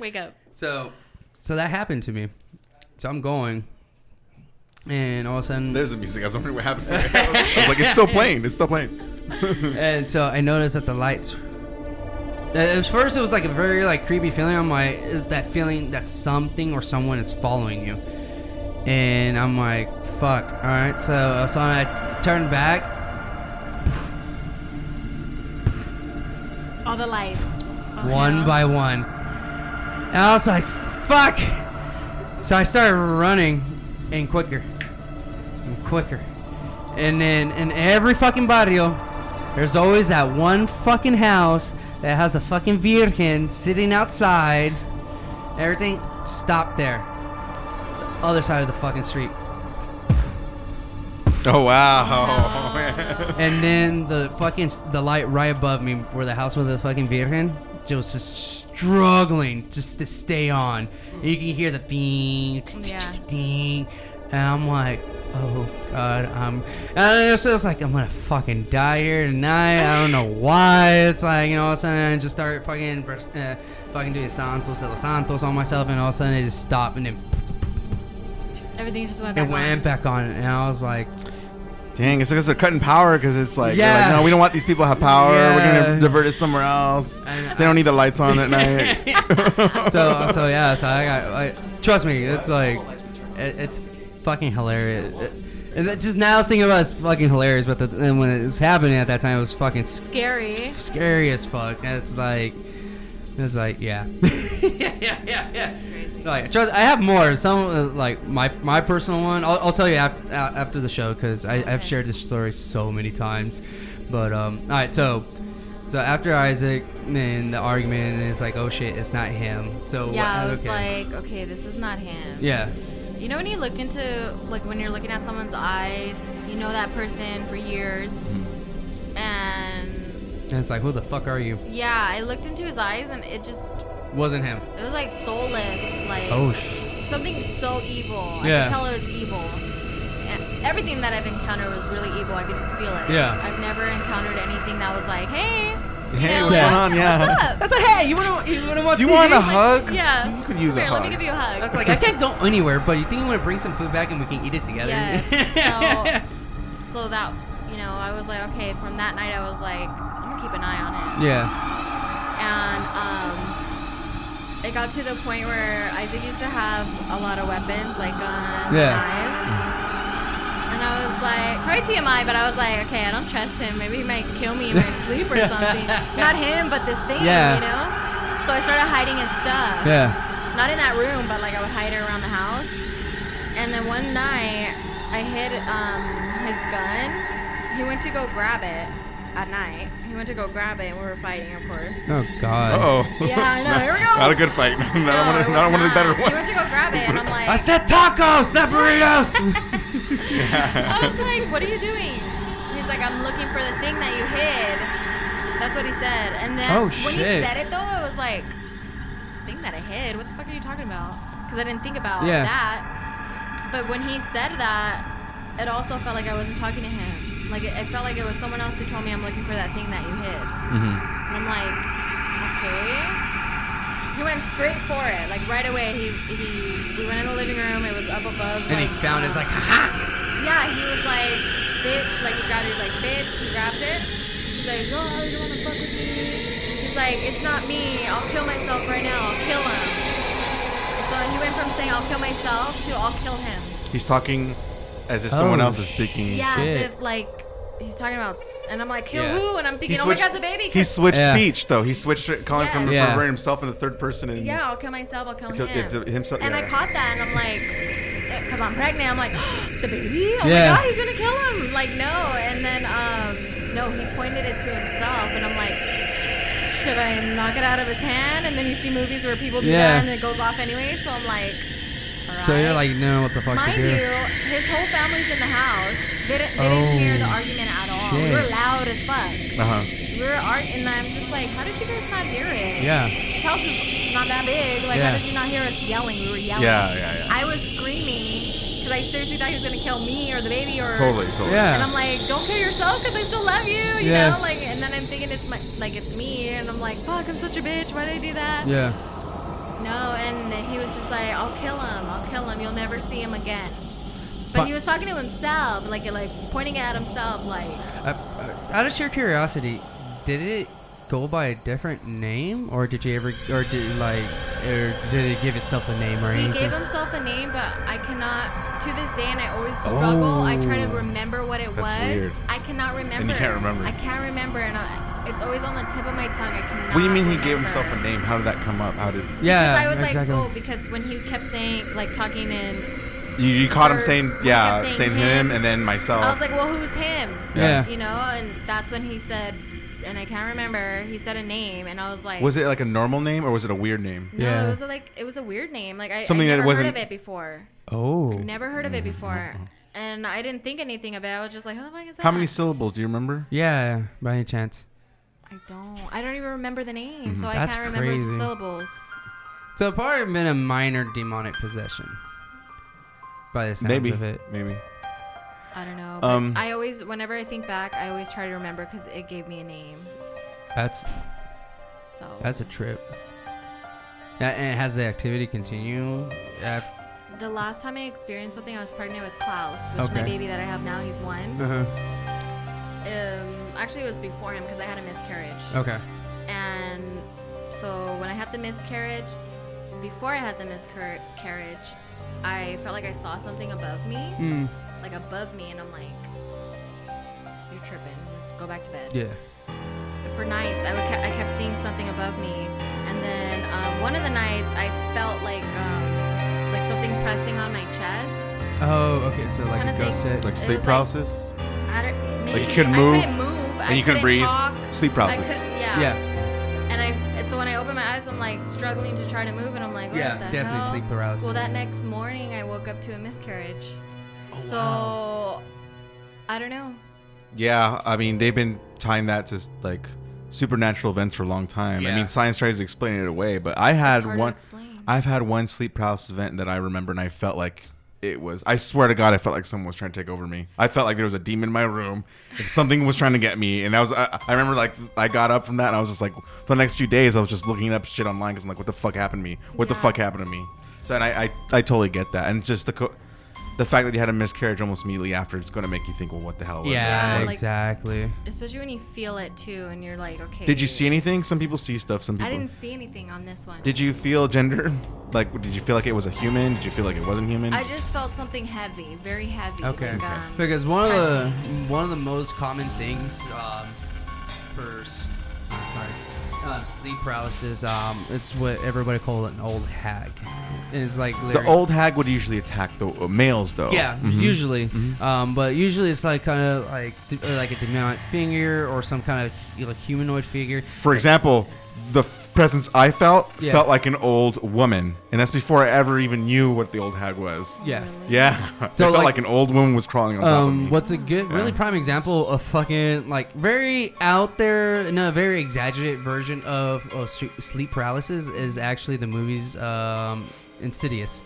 wake up.
So, so that happened to me. So I'm going, and all of a sudden,
There's the music. I was wondering what happened. I was like, it's still playing. It's still playing.
and so I noticed that the lights. At first, it was like a very like creepy feeling. I'm like, is that feeling that something or someone is following you? And I'm like, fuck. All right. So all of a sudden, I turned back,
All the lights. Oh,
one
no.
by one. And I was like, fuck! So I started running and quicker and quicker. And then in every fucking barrio, there's always that one fucking house that has a fucking virgin sitting outside. Everything stopped there. The other side of the fucking street.
Oh wow.
And then the fucking the light right above me, where the house with the fucking virgin, just just struggling just to stay on. And you can hear the ding, t- t-
Oh, Yeah.
t- ding, and I'm like, oh god, I'm. And I was just like, I'm gonna fucking die here tonight. I don't know why. It's like, you know, all of a sudden I just start fucking, vers- uh, fucking doing Santos de los Santos on myself, and all of a sudden it just stopped and then
Everything just went back.
it went
on.
back on, and I was like,
Dang, it's because they're cutting power because it's like, they're
Yeah.
like, no, we don't want these people to have power. We're
Yeah.
going to divert it somewhere else.
And
they don't need the lights on at night.
so so yeah, so I got like, trust me, it's like It, it's fucking hilarious. It- and that- just now I was thinking about it, it's fucking hilarious, but the, and when it was happening at that time, it was fucking sc-
Scary.
scary as fuck. And it's like, it's like, yeah, yeah, yeah, yeah, yeah.
It's crazy.
Like, trust, I have more. Some uh, like my my personal one. I'll, I'll tell you after, after the show because I've
Okay.
shared this story so many times. But um, all right, so so after Isaac, then the argument is like, oh shit, it's not him. So
Yeah, I
what,
was
okay,
like, okay, this is not him.
yeah,
You know when you look into like when you're looking at someone's eyes, you know that person for years, and
and it's like, who the fuck are you?
yeah, I looked into his eyes and it just
Wasn't him.
it was like soulless, like
Oh sh.
something so evil. I
Yeah.
could tell it was evil. And everything that I've encountered was really evil. I could just feel it.
Yeah.
I've never encountered anything that was like, hey,
Hey,
Hell
what's
yeah.
going on? Yeah.
what's up?
That's like, hey, you wanna you wanna watch?
Do you
TV?
want a
Like,
hug?
Yeah.
You could use a
Here,
hug.
Let me give you a hug.
I was like, I can't go anywhere, but you think you want to bring some food back and we can eat it together?
Yes. So, so that you know, I was like, okay. From that night, I was like, I'm gonna keep an eye on it.
yeah.
And um, it got to the point where Isaac used to have a lot of weapons, like guns,
Yeah.
knives. And I was like, probably TMI, but I was like, okay, I don't trust him. Maybe he might kill me in my sleep or something. Not him, but this thing,
Yeah.
you know. So I started hiding his stuff
Yeah.
not in that room, but like I would hide it around the house. And then one night, I hid um, his gun. He went to go grab it at night. He went to go grab it, and we were fighting, of course.
Oh god.
Uh oh.
Yeah, I know. Here we go.
Not a good fight. not one of,
it
not
was
one of the better
He went
ones.
to go grab it, and I'm
I
like,
said tacos, not burritos.
I was like, what are you doing? He's like, I'm looking for the thing that you hid. That's what he said. And then
Oh,
when he
shit.
said it, though, I was like, thing that I hid? What the fuck are you talking about? Because I didn't think about
Yeah.
that. But when he said that, it also felt like I wasn't talking to him. Like, it, it felt like it was someone else who told me I'm looking for that thing that you hid.
Mm-hmm.
And I'm like, okay. He went straight for it. Like, right away, he, he we went in the living room. It was up above.
and he
like,
found it's like, ha
yeah, he was like, bitch, like he grabbed it, like, bitch, he grabbed it. He's like, no, you wanna fuck with me? He's like, it's not me, I'll kill myself right now, I'll kill him. So he went from saying, I'll kill myself to I'll kill him.
He's talking as if someone
Oh,
else is speaking.
Yeah,
Shit.
as if, like, he's talking about, s- and I'm like, kill
Yeah.
who? And I'm
He
thinking, oh my
switched,
god, the baby. 'cause-
he switched
Yeah.
speech though. He switched it, calling from
Yes.
Yeah.
referring himself in the third person. And
yeah, I'll kill myself, I'll kill,
Kill-
him.
it's a- himself-
and I
yeah.
caught that, and I'm like, because I'm pregnant, I'm like, the baby? Oh
Yeah.
my god, he's gonna kill him! Like, no. And then, um, no, he pointed it to himself, and I'm like, should I knock it out of his hand? And then you see movies where people do
Yeah.
that, and it goes off anyway. So I'm like, alright.
So you're like, no, what the fuck
Mind
to
you,
do?
his whole family's in the house. They didn't, they didn't
Oh,
hear the argument at all.
shit.
We were loud as fuck.
Uh huh.
We were art, and I'm just like, how did you guys not hear it?
Yeah.
This house is not that big. Like,
Yeah.
how did you not hear us yelling? We were yelling.
Yeah, yeah, yeah.
I was screaming because I seriously thought he was gonna kill me or the baby or.
Totally, totally.
Yeah.
And I'm like, don't kill yourself because I still love you. You
Yeah.
know, like, and then I'm thinking it's my, like it's me, and I'm like, fuck, I'm such a bitch. Why did I do that?
Yeah.
No, and he was just like, I'll kill him. I'll kill him. You'll never see him again. But,
But-
he was talking to himself, like like pointing at himself, like
Uh, out of sheer curiosity, did it go by a different name, or did you ever, or did like, or did it give itself a name or
He
anything?
gave himself a name, but I cannot. To this day, and I always struggle. I try to
Oh.
remember what it
That's
was.
weird.
I cannot remember.
can't remember.
I can't remember, and I, it's always on the tip of my tongue. I cannot.
What do you mean he
remember.
gave himself a name? How did that come up? How did
yeah.
I was
exactly.
like, oh, because when he kept saying, like talking in,
you, you caught him
Or
saying
when he
yeah,
kept
saying
saying
him,
him.
and then myself?
I was like, well, who's him?
Yeah.
You know, and that's when he said, and I can't remember. He said a name, and I was like,
was it like a normal name or was it a weird name?
No,
Yeah.
it was like it was a weird name. Like I
Something
I
that
never
wasn't- Mm-hmm.
heard of it before.
Oh.
Never heard of it before. And I didn't think anything of it. I was just like, "How the fuck is that?"
How many syllables do you remember?
Yeah. By any chance?
I don't. I don't even remember the name, so I
Mm-hmm. That's
can't remember
crazy.
the syllables.
So it probably been a minor demonic possession. By the sounds
Maybe,
of it.
maybe.
I don't know.
Um,
but I always, whenever I think back, I always try to remember because it gave me a name.
That's
So
That's a trip. That, and has the activity continue? Af-
the last time I experienced something, I was pregnant with Klaus, which my
Okay.
baby that I have now, he's one.
uh-huh.
Um, actually, it was before him because I had a miscarriage.
Okay.
And so when I had the miscarriage, before I had the miscarriage, I felt like I saw something above me,
Mm.
like above me, and I'm like, "You're tripping. Go back to bed."
Yeah.
for nights I, would ke- I kept seeing something above me and then um, one of the nights i felt like um, like something pressing on my chest
Oh, okay. So like
Kinda
a ghost
thing.
set.
Like
It
sleep
was like-
paralysis.
I don't, maybe,
Like, you couldn't
I
move,
couldn't move I
and you couldn't breathe.
talk,
Sleep
I
paralysis.
couldn't- yeah.
yeah.
and i so when i open my eyes i'm like struggling to try to move and i'm like what
Yeah,
the
definitely
hell?
sleep paralysis.
well that next morning i woke up to a miscarriage
Oh,
so i don't know
Yeah, I mean they've been tying that to like supernatural events for a long time. I
Yeah.
mean science tries to explain it away, but I had
hard to
one.
explain.
I've had one sleep paralysis event that I remember, and I felt like it was. I swear to God, I felt like someone was trying to take over me. I felt like there was a demon in my room, and something was trying to get me. And I was. I, I remember like I got up from that, and I was just like, for the next few days, I was just looking up shit online because I'm like, what the fuck happened to me? What the
Yeah.
fuck happened to me? So and I, I, I totally get that, and just the. Co- the fact that you had a miscarriage almost immediately after, it's going to make you think, well, what the hell was
Yeah,
Yeah, like-
exactly.
especially when you feel it too and you're like okay
Did you see anything? Some people see stuff. Some people.
i didn't see anything on this one
Did you feel gender? Like, did you feel like it was a human? Did you feel like it wasn't human?
I just felt something heavy, very heavy.
Okay.
like, um,
because one of the one of the most common things um, for s- sorry um, sleep paralysis um, it's what everybody called an old hag. And it's like
the
literally-
old hag would usually attack the uh, males, though.
Yeah, usually.
Mm-hmm.
Um, but usually it's like kind of like d- like a demonic figure or some kind of you know, like humanoid figure.
For example, the f- presence I felt
Yeah.
felt like an old woman, and that's before I ever even knew what the old hag was.
Oh,
Yeah.
Yeah. it felt like,
like-
an old woman was crawling on top of
Um,
me.
what's a good, really
Yeah.
prime example of fucking like very out there, no, very exaggerated version of, of s- sleep paralysis is actually the movies um, Insidious.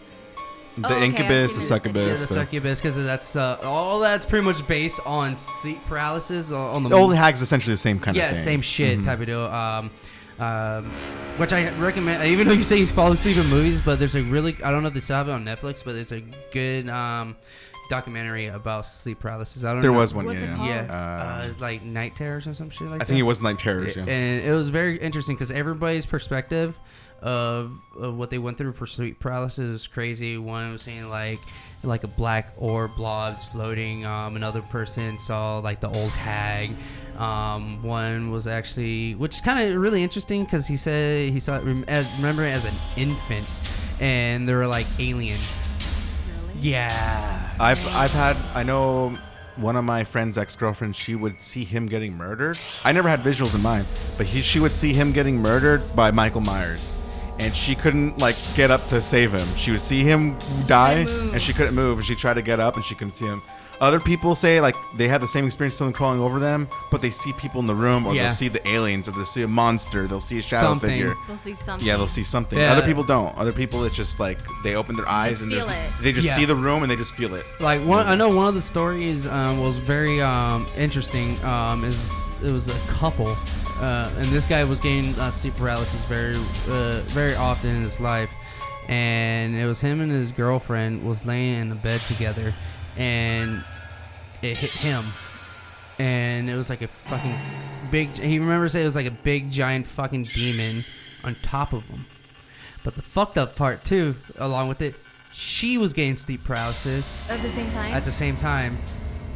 the
Oh, okay, I've
incubus, the
seen it.
Yeah, the
succubus. the-
succubus, because that's uh, all that's pretty much based on sleep paralysis uh, on the
the old
movie.
hag's essentially the same kind
yeah,
of thing.
same
Mm-hmm.
shit type of deal. Um, um, which I recommend, even though you say you fall asleep in movies, but there's a really, I don't know if they still have it on Netflix, but there's a good um, documentary about sleep paralysis. I don't
There
know.
was one.
What's it
yeah.
called?
Yeah,
Uh,
uh, like night terrors or some shit like
I
that.
think it was like terrors. Yeah.
And it was very interesting because everybody's perspective of, of what they went through for sleep paralysis was crazy. One was saying like like a black orb blobs floating. Um, another person saw like the old hag. Um, one was actually, which is kind of really interesting because he said he saw it rem- as remember it as an infant, and there were like aliens.
Really?
Yeah.
I've I've had I know one of my friend's ex girlfriends. She would see him getting murdered. I never had visuals in mind, but he she would see him getting murdered by Michael Myers, and she couldn't like get up to save him. She would see him die,
move.
and she couldn't move. And she tried to get up, and she couldn't see him. Other people say like they have the same experience, someone crawling over them, but they see people in the room, or
Yeah.
they'll see the aliens, or they'll see a monster, they'll see a shadow
Something.
figure.
We'll see something.
Yeah, they'll see something.
Yeah.
Other people don't. Other people, it's just like they open their eyes and
feel
there's-
it.
they just
Yeah.
see the room and they just feel it.
like one i know one of the stories um, was very um, interesting um, is it was a couple uh, and this guy was getting uh, sleep paralysis very uh, very often in his life and it was him and his girlfriend was laying in the bed together and it hit him and it was like a fucking big he remembers it was like a big giant fucking demon on top of him but the fucked up part too along with it she was getting sleep paralysis
At the same time,
at the same time,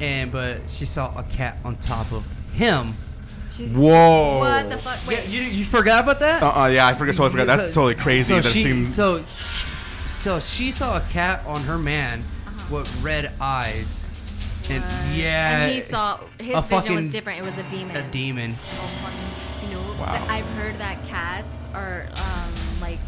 and but she saw a cat on top of him.
she's
Whoa.
what the fuck? Wait,
you, you forgot about that?
Uh, uh, yeah, I forget. Totally forgot. That's
So-
totally crazy.
So
that
she,
scene.
so, so she saw a cat on her man with red eyes, and yeah,
Uh-huh. and he saw his
a
vision was
fucking-
different. It was a demon.
a demon.
Oh, fucking, you know,
Wow.
th- I've heard that cats are um, like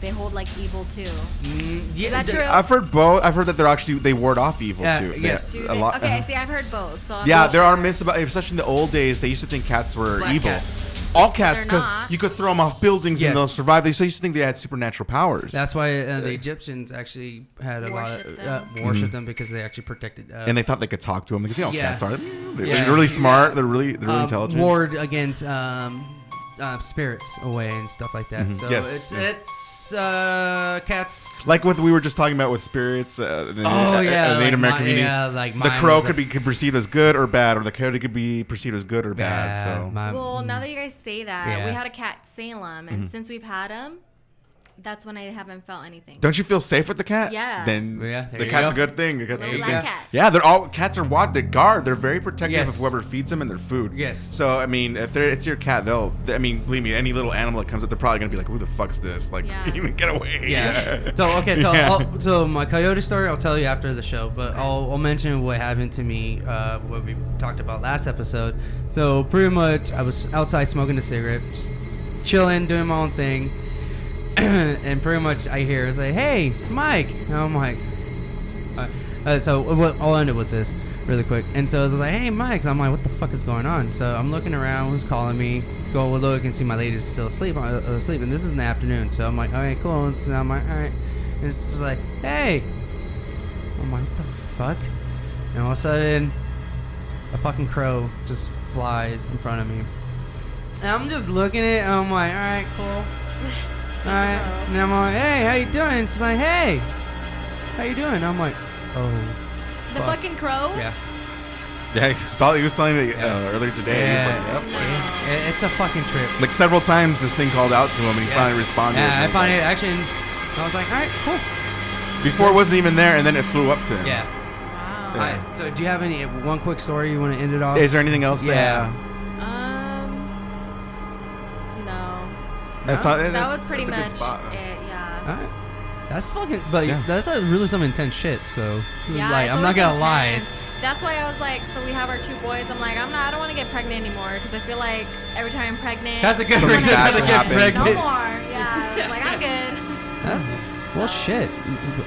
they hold like evil too.
Mm, yeah,
that
th-
true?
I've heard both. I've heard that they're actually they ward off evil
Yeah,
too. They-
yes.
Do
a
they-
lot. Uh-huh.
okay, see, I've heard both. So I'm
Yeah,
not
there
sure.
are myths about, especially in the old days, they used to think cats were
Black
evil.
cats.
All cats,
They're
because
not.
you could throw them off buildings
Yes.
and they'll survive. They used to think they had supernatural powers.
That's why uh, the Egyptians actually had a lot
Worship
of uh,
them.
worship them because they actually protected. Uh,
and they thought they could talk to them because you know
Yeah.
cats are. They're
Yeah.
really smart. They're really they're really
um,
intelligent.
ward against um, uh, spirits away and stuff like that. So
Mm-hmm. Yes,
it's
yeah.
it's uh, cats
Like with we were just talking about with spirits, uh, the-
Oh,
uh,
yeah,
uh,
like
Native American
mi-
community.
yeah, like
the
mine
crow
was
could
like-
be could perceived as good or bad, or the coyote could be perceived as good or bad.
Yeah,
so
my-
Well, now that you guys say that,
Yeah.
Mm-hmm.
we had a cat Salem, and since we've had him, That's when I haven't felt anything.
Don't you feel safe with the cat?
Yeah.
Then
Yeah, there
the
you
cat's
go.
a good thing. The cat's a
Little
good
black
thing.
cat.
Yeah, they're all cats are wad to guard. They're very protective
Yes.
of whoever feeds them and their food.
Yes.
So I mean, if they're, it's your cat, they'll. I mean, believe me, any little animal that comes up, they're probably gonna be like, "Who the fuck's this?" Like,
Yeah.
get away.
Yeah. So okay, so
Yeah.
I'll, so my coyote story I'll tell you after the show, but I'll, I'll mention what happened to me uh, what we talked about last episode. So pretty much I was outside smoking a cigarette, just chilling, doing my own thing, and pretty much I hear it's like, "Hey, Mike," and I'm like, uh, uh, so what, I'll end it with this really quick. And so it was like, hey, Mike. So I'm like, what the fuck is going on? So I'm looking around, who's calling me? Go look and see my lady's still asleep. uh, asleep. And this is in the afternoon. So I'm like, all right, cool. And I'm like, all right. And it's just like, hey. I'm like, what the fuck? And all of a sudden, a fucking crow just flies in front of me. And I'm just looking at it. And I'm like, all right, cool. All right. And I'm like, hey, how you doing? It's like, hey, how you doing? I'm like, oh.
The
Fuck.
fucking crow.
Yeah.
Yeah. He was telling- he was telling me uh, earlier today. He was like, "Yep."
Yeah, it- It's a fucking trip.
Like several times, this thing called out to him, and he
Yeah.
finally responded. and
Yeah, I
was
found
like-
it actually. and I was like, all right, cool.
before it wasn't even there, and then it flew up to him.
Yeah.
Wow.
All right. So, do you have any one quick story you want to end it off?
Is there anything else?
Yeah.
That, uh,
Um. No.
that's
No.
not,
That
that's-
was pretty
that's a good
much
spot.
it. Yeah.
All right. That's fucking. But
Yeah.
that's a really some intense shit. So,
Yeah,
like,
it's
I'm not
always
gonna lie.
intense. That's why I was like, so we have our two boys. I'm like, I'm not. I don't want to get pregnant anymore because I feel like every time I'm pregnant,
That's a good
Something
reason
bad
not to
will
get
happen.
no
pregnant.
more. Yeah, I was like, I'm good.
Huh? Well, shit.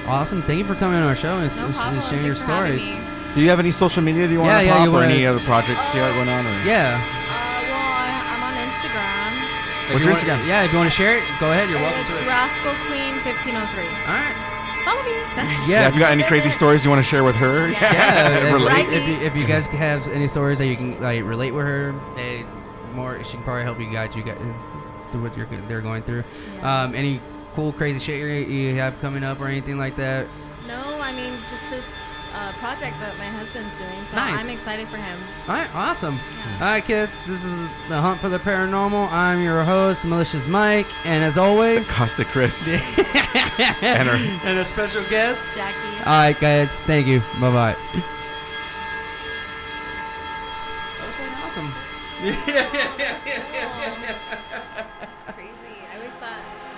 Awesome. Thank you for coming on our show and,
No
and
problem.
sharing your
Thanks for having
stories.
me.
Do you have any social media? Do you want
Yeah,
to
yeah,
pop
you
or
wanna-
any other projects you got going on? Or?
Yeah.
Uh, well, I- I'm on Instagram.
If
What's
you
your
want-
Instagram?
Yeah, if you want to share it, go ahead. You're welcome
It's
to it.
Rascal Queen 1503.
All right.
Follow me.
Yeah,
Yeah.
if you got any crazy stories you want to share with her,
Yeah.
yeah, if,
relate.
if, if you, if you guys have any stories that you can like relate with her, eh, more she can probably help you guide you guys through what you're go- they're going through.
Yeah.
Um, any cool crazy shit you you have coming up or anything like that?
no, I mean just this uh, project that my husband's doing. So
Nice.
I'm excited for him.
All right, awesome. All right, kids, this is the Hunt for the Paranormal. I'm your host, Malicious Mike, and as always,
Costa Chris and her.
and a special guest.
Jackie.
All right, guys, thank you. Bye bye. That was fucking awesome.
That's crazy. I always thought